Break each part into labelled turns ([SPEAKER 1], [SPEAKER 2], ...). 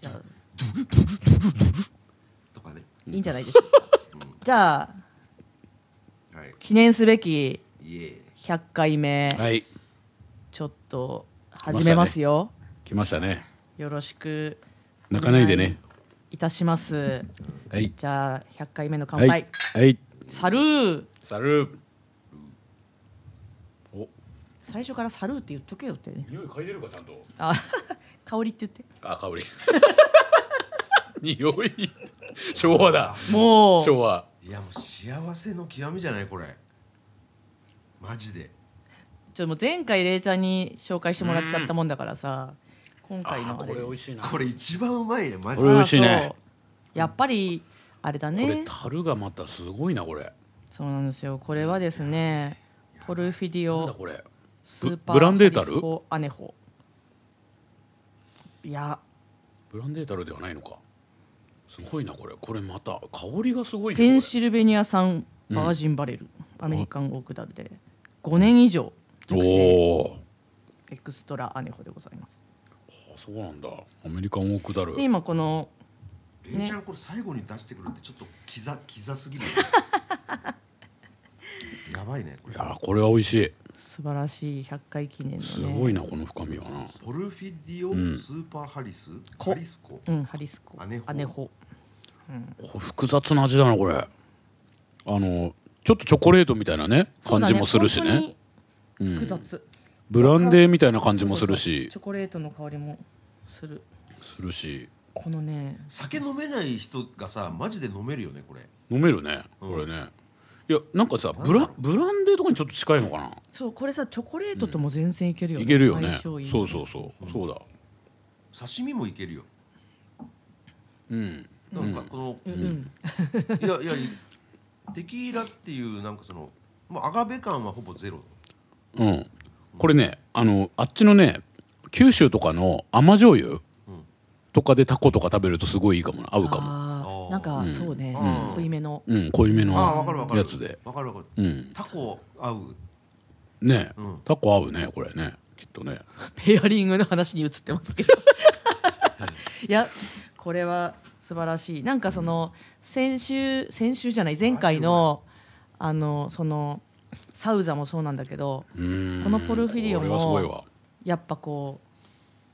[SPEAKER 1] じゃあ
[SPEAKER 2] とかね。
[SPEAKER 1] いいんじゃないでしょうかじゃあ
[SPEAKER 2] はい。
[SPEAKER 1] 記念すべき
[SPEAKER 2] イエーイ。
[SPEAKER 1] 100回目、
[SPEAKER 3] はい
[SPEAKER 1] ちょっと始めますよ、
[SPEAKER 3] 来ましたね
[SPEAKER 1] よろしく
[SPEAKER 3] 泣かないでね
[SPEAKER 1] いたします
[SPEAKER 3] はい
[SPEAKER 1] じゃあ100回目の乾
[SPEAKER 3] は
[SPEAKER 1] 杯、
[SPEAKER 3] いはい
[SPEAKER 1] サルー
[SPEAKER 3] サルーお
[SPEAKER 1] 最初からサルーって言っとけよってね
[SPEAKER 3] 匂い嗅いでるかちゃんと
[SPEAKER 1] あ香りって言って
[SPEAKER 3] あ香り 匂い昭和だ
[SPEAKER 1] もう
[SPEAKER 3] 昭和
[SPEAKER 2] いやもう幸せの極みじゃないこれ。マジで。
[SPEAKER 1] ちょもう前回れいちゃんに紹介してもらっちゃったもんだからさ今回のあれ
[SPEAKER 3] 味しいなこ
[SPEAKER 2] これ一番うまいねマジ
[SPEAKER 3] こ
[SPEAKER 2] で。
[SPEAKER 3] れ美味しいね
[SPEAKER 1] そうやっぱりあれだ
[SPEAKER 3] れ
[SPEAKER 1] ね
[SPEAKER 3] 樽がまたすごいなこれ
[SPEAKER 1] そうなんですよこれはですねポルフィディ
[SPEAKER 3] なんだ
[SPEAKER 1] オ
[SPEAKER 3] これ
[SPEAKER 1] スーパー
[SPEAKER 3] ブブランデータル
[SPEAKER 1] ハリスコアネホいや
[SPEAKER 3] ブランデータルではないのかすごいなこれこれまた香りがすごいね
[SPEAKER 1] ペンシルベニア産バージンバレル、アメリカンオークダルで5年以上
[SPEAKER 3] お
[SPEAKER 1] 熟成
[SPEAKER 3] おー
[SPEAKER 1] エクストラアネホでございます
[SPEAKER 3] あそうなんだアメリカンオークダル
[SPEAKER 1] で今この
[SPEAKER 2] レイちゃんこれ最後に出してくるってちょっとキザキザすぎる よ。やばいねこ
[SPEAKER 3] い
[SPEAKER 2] れ。
[SPEAKER 3] やーこれは美味しい
[SPEAKER 1] 素晴らしい100回記念のね
[SPEAKER 3] すごいなこの深みはな
[SPEAKER 2] ポルフィディオスーパーハリス、
[SPEAKER 1] こ
[SPEAKER 2] ハリスコ。
[SPEAKER 1] うん、ハリスコ
[SPEAKER 2] アネホ
[SPEAKER 1] アネホ
[SPEAKER 3] これ複雑な味だなこれあのちょっとチョコレートみたいなね
[SPEAKER 1] そう
[SPEAKER 3] 感
[SPEAKER 1] だ
[SPEAKER 3] じもするしね
[SPEAKER 1] 本当に複雑
[SPEAKER 3] ブランデーみたいな感じもするし
[SPEAKER 1] チョコレートの香りもする
[SPEAKER 3] するし
[SPEAKER 1] このね
[SPEAKER 2] 酒飲めない人がさマジで飲めるよねこれ。
[SPEAKER 3] 飲めるねこれねいやなんかさブラブランデーとかにちょっと近いのか
[SPEAKER 1] そうこれさチョコレートとも全然いけるよね、
[SPEAKER 3] ないけるよね
[SPEAKER 1] 相性いい
[SPEAKER 3] そうそうそうそうだ
[SPEAKER 2] 刺身もいけるよ。
[SPEAKER 3] うん
[SPEAKER 2] なんかこの、
[SPEAKER 1] うんうん
[SPEAKER 2] いやいやテキーラっていうなんかそのもうアガベ感はほぼゼロ。
[SPEAKER 3] うんこれねあのあっちのね九州とかの甘醤油
[SPEAKER 2] うん
[SPEAKER 3] とかでタコとか食べるとすごいいいかもな合うかも
[SPEAKER 1] あ
[SPEAKER 2] あ
[SPEAKER 1] ー
[SPEAKER 2] ー
[SPEAKER 1] なんか、そうね
[SPEAKER 2] うん
[SPEAKER 1] 濃いめの
[SPEAKER 3] うん濃いめの
[SPEAKER 2] ああわかるわかる。
[SPEAKER 3] やつで
[SPEAKER 2] わかるわかる。
[SPEAKER 3] うん
[SPEAKER 2] タコ合う。
[SPEAKER 3] ね
[SPEAKER 2] うん
[SPEAKER 3] タコ合うねこれねきっとね
[SPEAKER 1] ペアリングの話に移ってますけど いやこれは素晴らしいなんかその先週先週じゃない前回のあのそのサウザもそうなんだけど
[SPEAKER 3] うん
[SPEAKER 1] このポルフィリオも
[SPEAKER 3] これはすごいわ
[SPEAKER 1] やっぱこう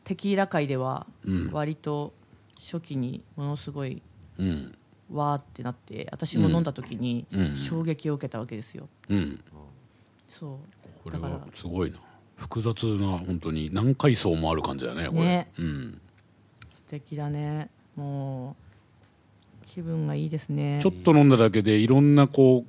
[SPEAKER 1] テキーラ界では
[SPEAKER 3] うん
[SPEAKER 1] 割と初期にものすごい
[SPEAKER 3] うん
[SPEAKER 1] わーってなって私も飲んだ時に
[SPEAKER 3] うん
[SPEAKER 1] 衝撃を受けたわけですよ。
[SPEAKER 3] うん
[SPEAKER 1] そう
[SPEAKER 3] これ
[SPEAKER 1] だから
[SPEAKER 3] はすごいな複雑な本当に何階層もある感じだねこれ
[SPEAKER 1] ね
[SPEAKER 3] うん、
[SPEAKER 1] 素敵だねもう気分がいいですね
[SPEAKER 3] ちょっと飲んだだけでいろんなこ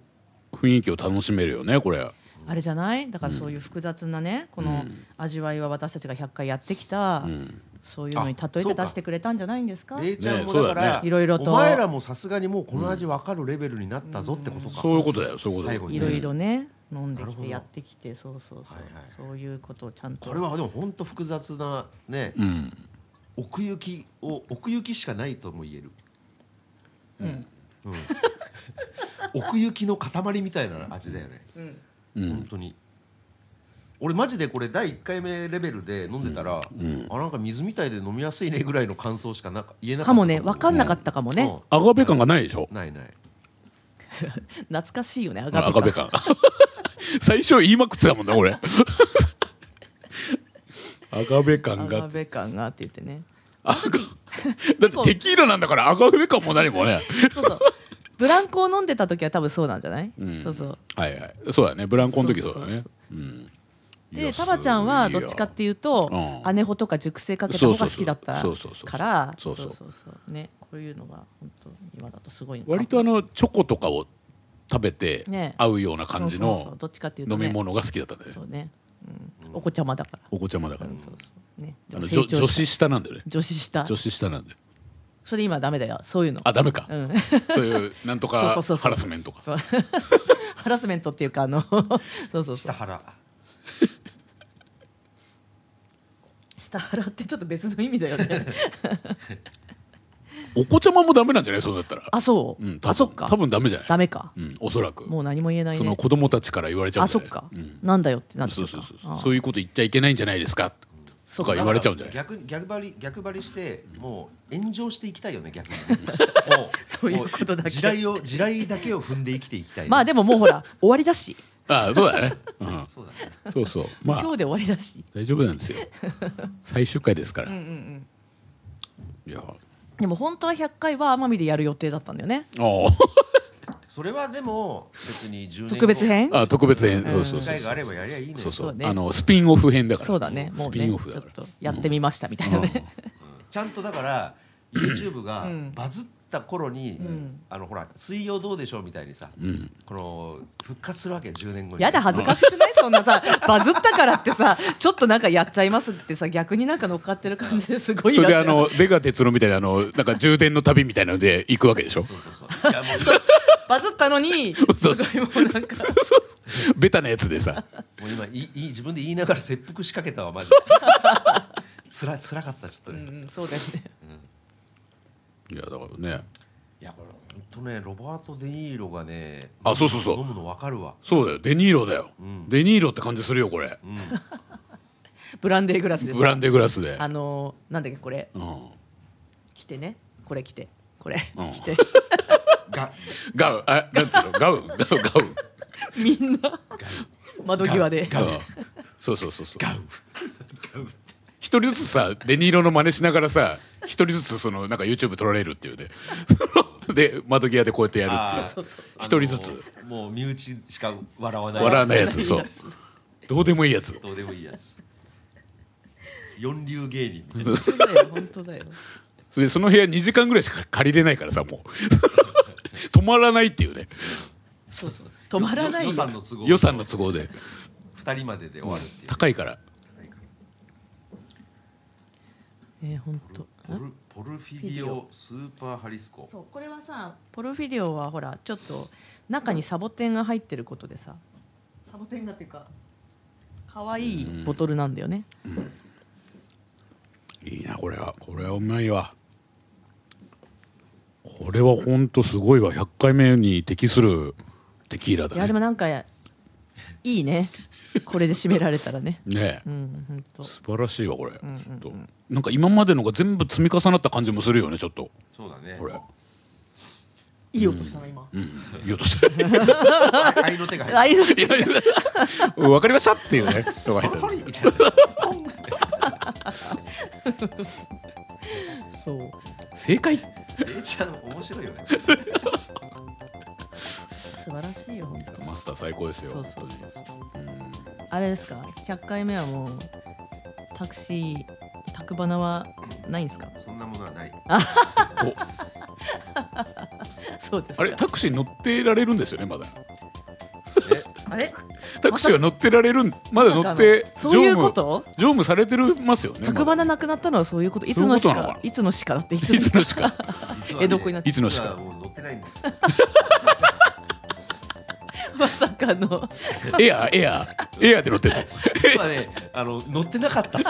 [SPEAKER 3] う雰囲気を楽しめるよねこれ
[SPEAKER 1] あれじゃないだからそういう複雑なねこの味わいは私たちが100回やってきた、
[SPEAKER 3] ん
[SPEAKER 1] そういうのに例え
[SPEAKER 2] あそ
[SPEAKER 1] て
[SPEAKER 2] うか
[SPEAKER 1] 出してくれたんじゃないんですか
[SPEAKER 2] レイちゃんも
[SPEAKER 3] ね
[SPEAKER 2] だから、
[SPEAKER 3] そうだね
[SPEAKER 1] いろいろと
[SPEAKER 2] お前らもさすがにもうこの味わかるレベルになったぞってことか。
[SPEAKER 3] そういうことだよそういうことだ
[SPEAKER 2] 最
[SPEAKER 3] よ
[SPEAKER 2] 後に
[SPEAKER 1] いろいろね飲んで
[SPEAKER 2] なる
[SPEAKER 1] き
[SPEAKER 2] ほ
[SPEAKER 1] て
[SPEAKER 2] ど
[SPEAKER 1] やってきてそうそうそう、
[SPEAKER 2] はいはい
[SPEAKER 1] そういうことをちゃんと
[SPEAKER 2] これはでも本当複雑なね、
[SPEAKER 3] うん
[SPEAKER 2] 奥行きを奥行きしかないとも言える。うん。 奥行きの塊みたいな味だよね。
[SPEAKER 3] うん
[SPEAKER 2] 本当に。俺マジでこれ第1回目レベルで飲んでたら、あなんか水みたいで飲みやすいねぐらいの感想しかなんか言えなかった
[SPEAKER 1] かもね分かんなかったかも
[SPEAKER 2] も
[SPEAKER 1] ね、
[SPEAKER 3] アガベ感がないでしょ
[SPEAKER 2] ないない
[SPEAKER 1] 懐かしいよねア
[SPEAKER 3] ア
[SPEAKER 1] ガ
[SPEAKER 3] ガ
[SPEAKER 1] ベ
[SPEAKER 3] ベ
[SPEAKER 1] か
[SPEAKER 3] 感 最初言いまくってたもんね 俺アガベ感
[SPEAKER 1] アガ
[SPEAKER 3] が
[SPEAKER 1] ベ感がって言ってね
[SPEAKER 3] アガだってテキーラなんだからアガベ感も何もね
[SPEAKER 1] そうそうブランコを飲んでた時は多分そうなんじゃない、そうそう
[SPEAKER 3] はいはいそうだねブランコの時そうだねうんい
[SPEAKER 1] で
[SPEAKER 3] や
[SPEAKER 1] タバちゃんはどっちかっていうと
[SPEAKER 3] うん
[SPEAKER 1] 姉穂とか熟成かけた方が好きだった
[SPEAKER 3] そうそうそうそうそうそうそう
[SPEAKER 1] から
[SPEAKER 3] そうそう
[SPEAKER 1] そうねこういうのが本当今だとすごいのか
[SPEAKER 3] 割とあのチョコとかを食べて
[SPEAKER 1] ね
[SPEAKER 3] 合うような感じ
[SPEAKER 1] そうそうそう
[SPEAKER 3] の
[SPEAKER 1] どっちかっていうと
[SPEAKER 3] 飲
[SPEAKER 1] ね
[SPEAKER 3] み物が好きだったね
[SPEAKER 1] そうね、うん、お子ちゃまだから
[SPEAKER 3] お子ちゃまだから
[SPEAKER 1] うんそうそうね
[SPEAKER 3] あの
[SPEAKER 1] 成
[SPEAKER 3] 女
[SPEAKER 1] 長した
[SPEAKER 3] 女子下なんだよね
[SPEAKER 1] 女子した
[SPEAKER 3] 女子下なんだよ
[SPEAKER 1] それ今ダメだよそういうの
[SPEAKER 3] あダメか
[SPEAKER 1] うん
[SPEAKER 3] そういうなんと
[SPEAKER 1] そう
[SPEAKER 3] か
[SPEAKER 1] そうそうそう
[SPEAKER 3] ハラスメントか
[SPEAKER 1] そう ハラスメントっていうかあの そうそうそ
[SPEAKER 2] 下
[SPEAKER 1] う
[SPEAKER 2] 腹
[SPEAKER 1] 下腹ってちょっと別の意味だよね
[SPEAKER 3] お子ちゃまもダメなんじゃないそうだったら
[SPEAKER 1] あそう、
[SPEAKER 3] うん多
[SPEAKER 1] あそっ
[SPEAKER 3] 分
[SPEAKER 1] か
[SPEAKER 3] 多分ダメじゃない
[SPEAKER 1] ダメか
[SPEAKER 3] うんおそらく
[SPEAKER 1] もう何も言えない
[SPEAKER 3] そ
[SPEAKER 1] ね
[SPEAKER 3] の子供たちから言われちゃう
[SPEAKER 1] あ
[SPEAKER 3] んじ
[SPEAKER 1] そ
[SPEAKER 3] ゃ
[SPEAKER 1] っ
[SPEAKER 3] ない
[SPEAKER 1] か、
[SPEAKER 3] うん
[SPEAKER 1] なんだよってなっち
[SPEAKER 3] そ
[SPEAKER 1] ゃ
[SPEAKER 3] う
[SPEAKER 1] う
[SPEAKER 3] そ
[SPEAKER 1] か
[SPEAKER 3] うそう
[SPEAKER 1] あ
[SPEAKER 3] そういうこと言っちゃいけないんじゃないですか
[SPEAKER 1] そ
[SPEAKER 3] と
[SPEAKER 1] うか
[SPEAKER 3] か言われちゃうんじゃない
[SPEAKER 2] 逆に逆張り逆張りしてもう炎上していきたいよ ね逆にも
[SPEAKER 1] そういうことだけ
[SPEAKER 2] もう地雷を地雷だけを踏んで生きていきたいね、
[SPEAKER 1] まあでももうほら終わりだし
[SPEAKER 3] ああそうだね、う ん、
[SPEAKER 2] そうだね
[SPEAKER 3] そうそう まあ
[SPEAKER 1] 今日で終わりだし
[SPEAKER 3] 大丈夫なんです よ最終回ですから、
[SPEAKER 1] うんうんうん
[SPEAKER 3] いやあ
[SPEAKER 1] でも本当は100回は奄美でやる予定だったんだよね
[SPEAKER 3] あ
[SPEAKER 2] それはでも別に10年後
[SPEAKER 1] 特別編
[SPEAKER 3] あ特別編、
[SPEAKER 1] ん
[SPEAKER 3] そうそう
[SPEAKER 2] 機
[SPEAKER 3] そう
[SPEAKER 2] 会があればやりゃいいの
[SPEAKER 3] そ
[SPEAKER 2] よ
[SPEAKER 3] うそう
[SPEAKER 1] そうね
[SPEAKER 3] あのスピンオフ編だから
[SPEAKER 1] そうだねも
[SPEAKER 3] ス
[SPEAKER 1] う
[SPEAKER 3] ピ
[SPEAKER 1] ね
[SPEAKER 3] ンオフ
[SPEAKER 1] ちょ
[SPEAKER 3] だ
[SPEAKER 1] っ
[SPEAKER 3] から
[SPEAKER 1] とやってみましたみたいなね、
[SPEAKER 2] ちゃんとだから YouTube が
[SPEAKER 1] うん
[SPEAKER 2] バズった頃に、
[SPEAKER 1] ん
[SPEAKER 2] あのほら「水曜どうでしょう」みたいにさ、
[SPEAKER 3] うん
[SPEAKER 2] この復活するわけ10年後 に
[SPEAKER 1] やだ恥ずかしくないそんなさバズったからってさちょっとなんかやっちゃいますってさ逆になんか乗っかってる感じですごい
[SPEAKER 3] それで
[SPEAKER 1] 嫌
[SPEAKER 3] あ
[SPEAKER 1] じゃん
[SPEAKER 3] の出川哲朗みたいなあのなんか充電の旅みたいなので行くわけでしょ
[SPEAKER 2] そうそうそういやも う
[SPEAKER 1] バズったのにす
[SPEAKER 3] そ
[SPEAKER 1] ご
[SPEAKER 3] うそう
[SPEAKER 1] いもうなんか
[SPEAKER 3] ベタなやつでさ
[SPEAKER 2] もう今いいいい自分で言いながら切腹しかけたわマジ でつらつらかったちょっと
[SPEAKER 1] う
[SPEAKER 2] ね、い
[SPEAKER 1] んうんそうだよね
[SPEAKER 3] いやだからね
[SPEAKER 2] やこれ本当ねロバート・デ・ニーロがね
[SPEAKER 3] あそうそうそう
[SPEAKER 2] 飲むの分かるわ
[SPEAKER 3] そうだよデニーロだよ、
[SPEAKER 2] ん
[SPEAKER 3] デニーロって感じするよこれ、
[SPEAKER 1] ブランデーグラスです
[SPEAKER 3] ブランデーグラスで、
[SPEAKER 1] あのーなんだっけこれ
[SPEAKER 3] うん、
[SPEAKER 1] 着てねこれ着てこれ
[SPEAKER 3] うん
[SPEAKER 1] 着て
[SPEAKER 2] が
[SPEAKER 3] ガウンあなんていうのガウンガウンガウン
[SPEAKER 1] みんな窓際で
[SPEAKER 2] ガウン
[SPEAKER 3] うんそうそうそうそう
[SPEAKER 2] ガウガウって
[SPEAKER 3] 一人ずつさデニーロの真似しながらさ一人ずつそのなんか YouTube 撮られるっていうね そので窓際でこうやってやるっていう
[SPEAKER 2] あーそう
[SPEAKER 1] そうそ
[SPEAKER 3] 一人ずつ
[SPEAKER 2] あのもう身内しか笑わない
[SPEAKER 3] 笑わないやつ
[SPEAKER 1] 笑
[SPEAKER 3] そ
[SPEAKER 1] わな
[SPEAKER 3] う
[SPEAKER 1] いやつ
[SPEAKER 3] どうでもいいやつ
[SPEAKER 2] どうでもいいやつ四流芸人みたいな
[SPEAKER 1] 本当だよ本当だよ
[SPEAKER 3] それでその部屋2時間ぐらいしか借りれないからさもう 止まらないっていうね
[SPEAKER 1] そうそう止まらない
[SPEAKER 2] 予
[SPEAKER 1] よ
[SPEAKER 2] 算の都合
[SPEAKER 3] 予算の都合で
[SPEAKER 2] 二人までで終わるっていう
[SPEAKER 3] 高いから
[SPEAKER 1] ね本当
[SPEAKER 2] ポルポルフィディオスーパーハリスコ
[SPEAKER 1] そうこれはさポルフィデオはほらちょっと中にサボテンが入ってることでさサボテンがっていうか可愛いボトルなんだよね、
[SPEAKER 3] いいなこれはこれはうまいわこれはほんとすごいわ100回目に適するテキーラ
[SPEAKER 1] いや
[SPEAKER 3] だ
[SPEAKER 1] で
[SPEAKER 3] ね
[SPEAKER 1] もなんかいいねこれで締められたらね
[SPEAKER 3] ねえ
[SPEAKER 1] うん本当
[SPEAKER 3] 素晴らしいわこれ、ほんとなんか今までのが全部積み重なった感じもするよねちょっと
[SPEAKER 2] そうだね
[SPEAKER 3] これ
[SPEAKER 1] いい音したな今、
[SPEAKER 3] うん言おうとしたい
[SPEAKER 2] あ愛の手が入ってる
[SPEAKER 1] あいいの
[SPEAKER 3] やいや分かりましたっていうねのが入って
[SPEAKER 2] そ
[SPEAKER 3] た
[SPEAKER 2] の通りみたいな
[SPEAKER 1] そう
[SPEAKER 3] 正解
[SPEAKER 2] えちゃん面白いよね。
[SPEAKER 1] 素晴らしいよ本当
[SPEAKER 3] マスター最高ですよ
[SPEAKER 1] そうそう
[SPEAKER 3] 本当に
[SPEAKER 1] あれですか100回目はもうタクシータクバナはないんですか
[SPEAKER 2] そんなものはない。
[SPEAKER 3] お
[SPEAKER 1] そうですか
[SPEAKER 3] あれタクシー乗ってられるんですよねまだ
[SPEAKER 1] あれ
[SPEAKER 3] タクシーは乗ってられるんまだ乗って
[SPEAKER 1] まさかのそういうこと
[SPEAKER 3] 乗務されてるますよねまだ
[SPEAKER 1] 角花なくなったのはそういうこといつ
[SPEAKER 3] そういう
[SPEAKER 1] の
[SPEAKER 3] こと
[SPEAKER 1] し
[SPEAKER 3] な
[SPEAKER 1] か
[SPEAKER 3] のか
[SPEAKER 1] いつのしかだっていつの
[SPEAKER 3] いつのしか
[SPEAKER 2] 実
[SPEAKER 1] 江戸っ子になって
[SPEAKER 3] いつのしか
[SPEAKER 2] 実はもう乗ってないんです。
[SPEAKER 1] まさかの
[SPEAKER 3] エアーエアーエアーで乗っ てるの
[SPEAKER 2] 実はね、あの乗ってなかったっ す。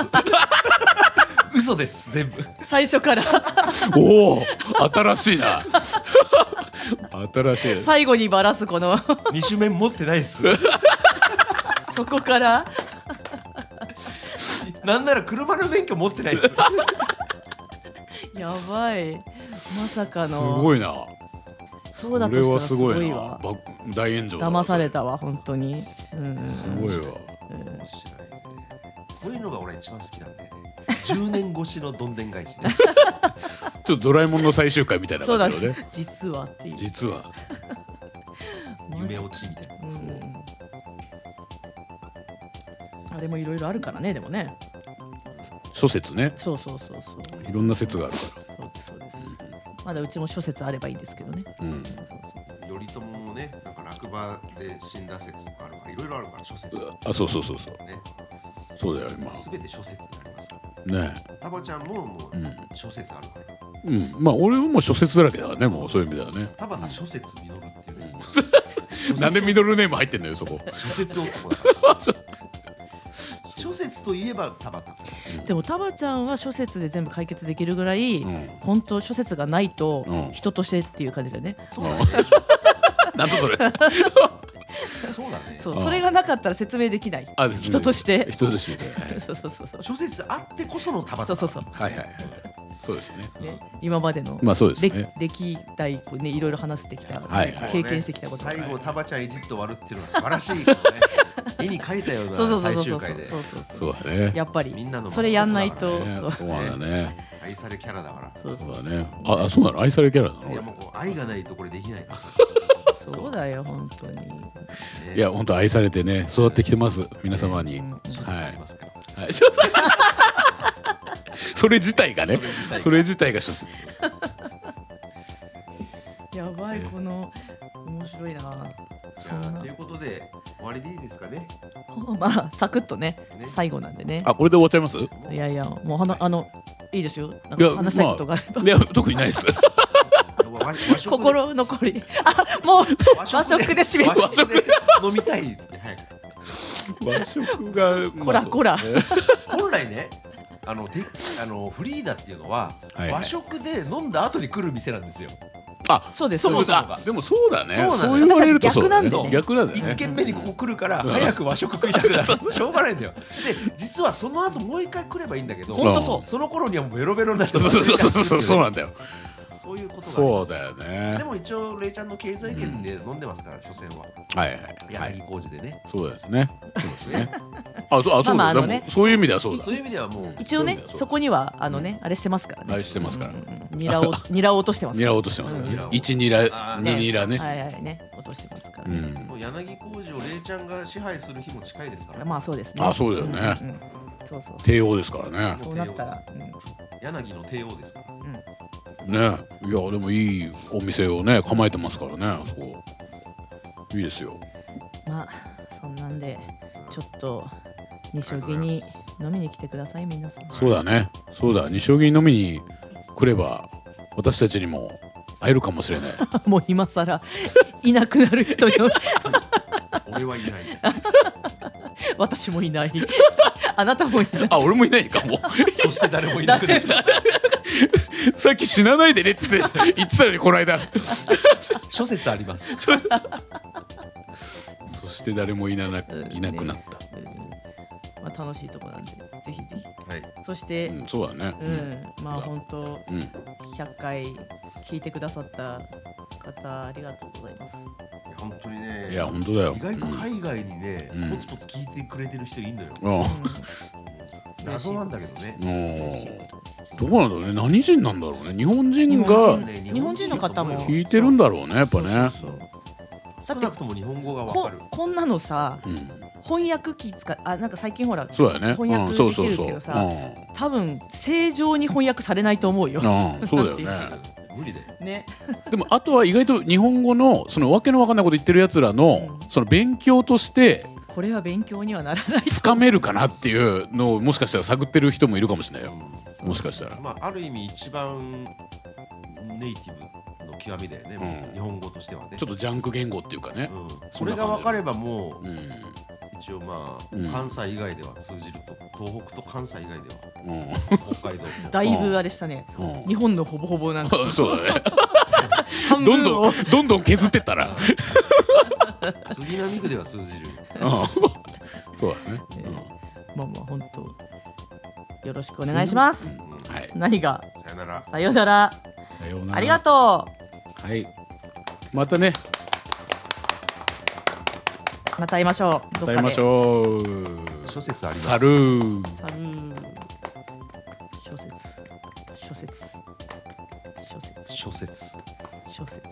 [SPEAKER 2] 嘘です全部。
[SPEAKER 1] 最初から
[SPEAKER 3] おお新しいな新しい
[SPEAKER 1] 最後にばらすこの
[SPEAKER 2] 二種面持ってないっす。
[SPEAKER 1] そこから
[SPEAKER 2] なんなら車の免許持ってないっす。
[SPEAKER 1] やばいまさかの
[SPEAKER 3] すごいな
[SPEAKER 1] そうだ
[SPEAKER 3] ことれ
[SPEAKER 1] した
[SPEAKER 3] は
[SPEAKER 1] ら
[SPEAKER 3] す
[SPEAKER 1] す
[SPEAKER 3] ご
[SPEAKER 1] ご
[SPEAKER 3] い
[SPEAKER 1] い
[SPEAKER 3] な
[SPEAKER 1] わ
[SPEAKER 3] ば大炎上だわ
[SPEAKER 1] 騙されたわ本当にうんうん
[SPEAKER 3] すごいわ
[SPEAKER 2] 面白いね。こういうのが俺一番好きなんだよね。10年越しのどんでん返しね。
[SPEAKER 3] ちょっとドラえもんの最終回みたいな
[SPEAKER 1] そうだ
[SPEAKER 3] 感じだ
[SPEAKER 1] ね
[SPEAKER 3] ね
[SPEAKER 1] 実はっていう
[SPEAKER 3] 実は
[SPEAKER 2] 夢落ちみたいな。
[SPEAKER 1] うんあれもいろいろあるからねでもね
[SPEAKER 3] 諸説ね
[SPEAKER 1] そうそうそうそう
[SPEAKER 3] いろんな説があるか
[SPEAKER 1] そうですそうですまだうちも諸説あればいいですけどね
[SPEAKER 3] らうん
[SPEAKER 2] 頼朝もね、なんか落馬で死んだ説とかあるから、いろいろあるから諸説。ね。
[SPEAKER 3] あそうそうそうそうそうだよ今
[SPEAKER 2] すべて諸説になりますから。
[SPEAKER 3] ね
[SPEAKER 2] タボちゃんももう諸説あるから。
[SPEAKER 3] うんまあ俺はもう諸説だらけだからねもうそういう意味ではね
[SPEAKER 2] タバの諸説実るっていうね。
[SPEAKER 3] なんでミドルネーム入ってんのよそこ
[SPEAKER 2] 諸説男だから。諸説といえば田畑。
[SPEAKER 1] でもタバちゃんは諸説で全部解決できるぐらい、
[SPEAKER 3] うん
[SPEAKER 1] 本当諸説がないと
[SPEAKER 3] うん
[SPEAKER 1] 人としてっていう感じだよね、
[SPEAKER 2] そうだね。
[SPEAKER 3] なんだそれ
[SPEAKER 2] そうだね
[SPEAKER 1] そうそれがなかったら説明できない
[SPEAKER 3] あですね
[SPEAKER 1] 人として
[SPEAKER 3] 人としてね
[SPEAKER 1] そうそうそうそう
[SPEAKER 2] 諸説あってこその束
[SPEAKER 1] そ
[SPEAKER 2] だから
[SPEAKER 1] うそうそう
[SPEAKER 3] はいはいはいそうですね
[SPEAKER 1] ね、今までの、
[SPEAKER 3] まあそうですね
[SPEAKER 1] 歴歴代こうねいろいろ話してきた、
[SPEAKER 3] はいはい
[SPEAKER 1] 経験してきたこと
[SPEAKER 2] 最後タバちゃんいじって終わるっていうのは素晴らし いからね絵に描いたよう
[SPEAKER 1] そうそ
[SPEAKER 2] な
[SPEAKER 1] うそう
[SPEAKER 2] 最
[SPEAKER 1] そうそうそ
[SPEAKER 2] 終回
[SPEAKER 1] う
[SPEAKER 2] で
[SPEAKER 1] そう
[SPEAKER 3] そうだね
[SPEAKER 1] やっぱり
[SPEAKER 2] みんなの
[SPEAKER 1] それやんないと、
[SPEAKER 3] ね
[SPEAKER 1] そう
[SPEAKER 3] そうなんだね
[SPEAKER 2] 愛されキャラだから
[SPEAKER 1] そう
[SPEAKER 3] そ
[SPEAKER 1] そうう
[SPEAKER 3] だねああそうなの愛されキャラなの
[SPEAKER 2] いやもうこう愛がないとこれできないから
[SPEAKER 1] そうだよ本当に
[SPEAKER 2] ね
[SPEAKER 3] いや本当愛されてね育ってきてます皆様に、
[SPEAKER 1] うん
[SPEAKER 2] 諸説ありますから、
[SPEAKER 3] はい、 それ自体がね
[SPEAKER 2] それ自体が
[SPEAKER 3] それ自体が諸説
[SPEAKER 1] やばいこの面白いな
[SPEAKER 2] じ
[SPEAKER 1] そ
[SPEAKER 2] ゃ
[SPEAKER 1] ん
[SPEAKER 2] あ
[SPEAKER 1] な
[SPEAKER 2] ということで終わりでいいですかね
[SPEAKER 1] まあサクッとね
[SPEAKER 2] ね
[SPEAKER 1] 最後なんでね
[SPEAKER 3] あこれで終わっちゃいますい
[SPEAKER 1] いやいやもうはなあのいいですよなん
[SPEAKER 3] や
[SPEAKER 1] か話したいことがあれば、
[SPEAKER 3] まあいや特にないです
[SPEAKER 2] わ和食で
[SPEAKER 1] 心残りあもう
[SPEAKER 2] 和
[SPEAKER 1] 和食で締め
[SPEAKER 2] 和
[SPEAKER 1] る
[SPEAKER 2] 食で飲みたい、はい、
[SPEAKER 3] 和食 が
[SPEAKER 1] こらこら
[SPEAKER 2] 本来ねあのてあのフリーダっていうのは、
[SPEAKER 3] はい
[SPEAKER 2] 和食で飲んだ後に来る店なんですよ
[SPEAKER 3] あ
[SPEAKER 1] そうです
[SPEAKER 3] そう
[SPEAKER 1] そうです
[SPEAKER 3] あでもそうだね
[SPEAKER 2] そうなのよ
[SPEAKER 3] そう言われるとそうだね
[SPEAKER 1] そう
[SPEAKER 3] 逆なんだよ
[SPEAKER 2] 一
[SPEAKER 3] ね
[SPEAKER 2] 軒目にここ来るから早く和食食いたく なるしょうがないんだよで実はその後もう一回来ればいいんだけど
[SPEAKER 1] ほんとそう
[SPEAKER 2] その頃にはもうベロベロになって
[SPEAKER 3] そうそうそうそうそうなんだよ
[SPEAKER 2] そういうことがあり
[SPEAKER 3] そ
[SPEAKER 2] ま
[SPEAKER 3] う
[SPEAKER 2] す
[SPEAKER 3] だよ
[SPEAKER 2] で
[SPEAKER 3] ね
[SPEAKER 2] も一応レイちゃんの経済圏で飲んでますから所詮は
[SPEAKER 3] はいはいは
[SPEAKER 2] 矢
[SPEAKER 3] い
[SPEAKER 2] 作工事でね
[SPEAKER 3] そうですねそうですね あそうあそう
[SPEAKER 1] まあまあ
[SPEAKER 3] だ
[SPEAKER 1] あ
[SPEAKER 3] で
[SPEAKER 1] のね
[SPEAKER 3] もそういう意味ではそうだ
[SPEAKER 2] そういう意味ではもう
[SPEAKER 1] 一応ね
[SPEAKER 3] そう
[SPEAKER 1] そこにはあのね、あれしてますからね
[SPEAKER 3] あれしてますから
[SPEAKER 1] うんうんニ ラをニラを落としてます
[SPEAKER 3] ニ
[SPEAKER 1] から
[SPEAKER 3] ラ落としてますか
[SPEAKER 2] う
[SPEAKER 3] ら
[SPEAKER 2] んニ
[SPEAKER 3] ね
[SPEAKER 2] ラを
[SPEAKER 3] 一ニ
[SPEAKER 2] あ
[SPEAKER 3] ラ
[SPEAKER 2] ー
[SPEAKER 3] 二ニラね
[SPEAKER 1] はいはいね落としてますから
[SPEAKER 3] う
[SPEAKER 1] ね、
[SPEAKER 3] ん
[SPEAKER 2] もう柳工事をレイちゃんが支配する日も近いですから
[SPEAKER 1] まあそうですね
[SPEAKER 3] あそうだよね
[SPEAKER 1] うんうんそうそう
[SPEAKER 3] 帝王ですからね
[SPEAKER 1] そうなったら、うん
[SPEAKER 2] 柳の帝王ですから
[SPEAKER 3] ねいやでもいいお店をね構えてますからねあそこいいですよ
[SPEAKER 1] まあそんなんでちょっと西荻に飲みに来てください皆さん
[SPEAKER 3] そうだねそうだ西荻飲みに来れば私たちにも会えるかもしれない
[SPEAKER 1] もう今更 いなくなる人よ
[SPEAKER 2] 俺はいない
[SPEAKER 1] 私もいない あなたもいない
[SPEAKER 3] あ俺もいないかも
[SPEAKER 2] そして誰もいなくなった
[SPEAKER 3] さっき死なないでねっつって 言ってたのにこの間
[SPEAKER 2] 諸説あります
[SPEAKER 3] そして誰もいななくいなくなった、
[SPEAKER 1] うんまあ、楽しいとこなんでぜひぜひ
[SPEAKER 2] はい
[SPEAKER 1] そして、
[SPEAKER 3] うん、そうだね
[SPEAKER 1] うん、まあ本当
[SPEAKER 3] うん、
[SPEAKER 1] 100回聞いてくださった方ありがとうございます。
[SPEAKER 2] いや本当にね
[SPEAKER 3] いや本当だよ
[SPEAKER 2] 意外と海外にね、
[SPEAKER 3] うん
[SPEAKER 2] ポツポツ聞いてくれてる人いるんだよ、
[SPEAKER 3] うん
[SPEAKER 2] 謎なんだけどね
[SPEAKER 3] うんどうなんだろうね何人なんだろうね日本人が
[SPEAKER 1] うん日本人の方も
[SPEAKER 3] 聞いてるんだろうねやっぱね
[SPEAKER 1] そうそうそう
[SPEAKER 2] 少なくとも日本語がわ
[SPEAKER 1] こ
[SPEAKER 2] かる
[SPEAKER 1] こんなのさ
[SPEAKER 3] うん
[SPEAKER 1] 翻訳機使っあなんか最近ほら
[SPEAKER 3] そうだよね。
[SPEAKER 1] 翻訳
[SPEAKER 3] うん、そうそう
[SPEAKER 1] でき
[SPEAKER 3] そう。
[SPEAKER 1] るけ
[SPEAKER 3] うん、
[SPEAKER 1] どさ多分正常に翻訳されないと思うよ。
[SPEAKER 3] うん そうだ
[SPEAKER 1] なん
[SPEAKER 3] よ
[SPEAKER 1] て
[SPEAKER 3] ね。
[SPEAKER 2] 無理だよ
[SPEAKER 1] ね、
[SPEAKER 3] でもあとは意外と日本語のそのわけのわかんないこと言ってるやつらの、
[SPEAKER 1] うん
[SPEAKER 3] その勉強として
[SPEAKER 1] これは勉強にはならない。
[SPEAKER 3] つかめるかなっていうのをもしかしたら探ってる人もいるかもしれないよ。もしかしたら。
[SPEAKER 2] まあある意味一番ネイティブの極みだよね、もう
[SPEAKER 3] うん
[SPEAKER 2] 日本語としてはね
[SPEAKER 3] ちょっとジャンク言語っていうかね。
[SPEAKER 2] うん、
[SPEAKER 3] そ
[SPEAKER 2] そ
[SPEAKER 3] んな
[SPEAKER 2] れ
[SPEAKER 3] 感じ
[SPEAKER 2] が分かればもう、
[SPEAKER 3] うん。
[SPEAKER 2] 一応まあ、
[SPEAKER 3] うん
[SPEAKER 2] 関西以外では通じると東北と関西以外では
[SPEAKER 3] うん。
[SPEAKER 2] 北海道と
[SPEAKER 1] だいぶあれしたね。
[SPEAKER 3] うん
[SPEAKER 1] 日本のほぼほぼなんか
[SPEAKER 3] そうだね。
[SPEAKER 1] 半
[SPEAKER 3] ど
[SPEAKER 1] 分
[SPEAKER 3] んど
[SPEAKER 1] を
[SPEAKER 3] んどんどん削ってったら。
[SPEAKER 2] 杉並区では通じる
[SPEAKER 3] うんそうだね。
[SPEAKER 1] まあまあ本当よろしくお願いします。
[SPEAKER 3] うんはい。
[SPEAKER 1] 何が
[SPEAKER 2] さよなら
[SPEAKER 1] さようなら
[SPEAKER 3] さようなら
[SPEAKER 1] ありがとう
[SPEAKER 3] はい。またね、
[SPEAKER 1] また会いましょう。どっか
[SPEAKER 3] 歌
[SPEAKER 1] で
[SPEAKER 3] いましょう。
[SPEAKER 2] 諸説あります
[SPEAKER 3] サルー。
[SPEAKER 1] サルー小説小説小説
[SPEAKER 2] 諸説
[SPEAKER 1] 小説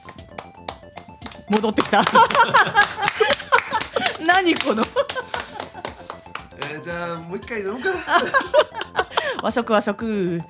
[SPEAKER 1] 戻ってきた 何この
[SPEAKER 2] えー、じゃあもう一回飲むか
[SPEAKER 1] 和食和食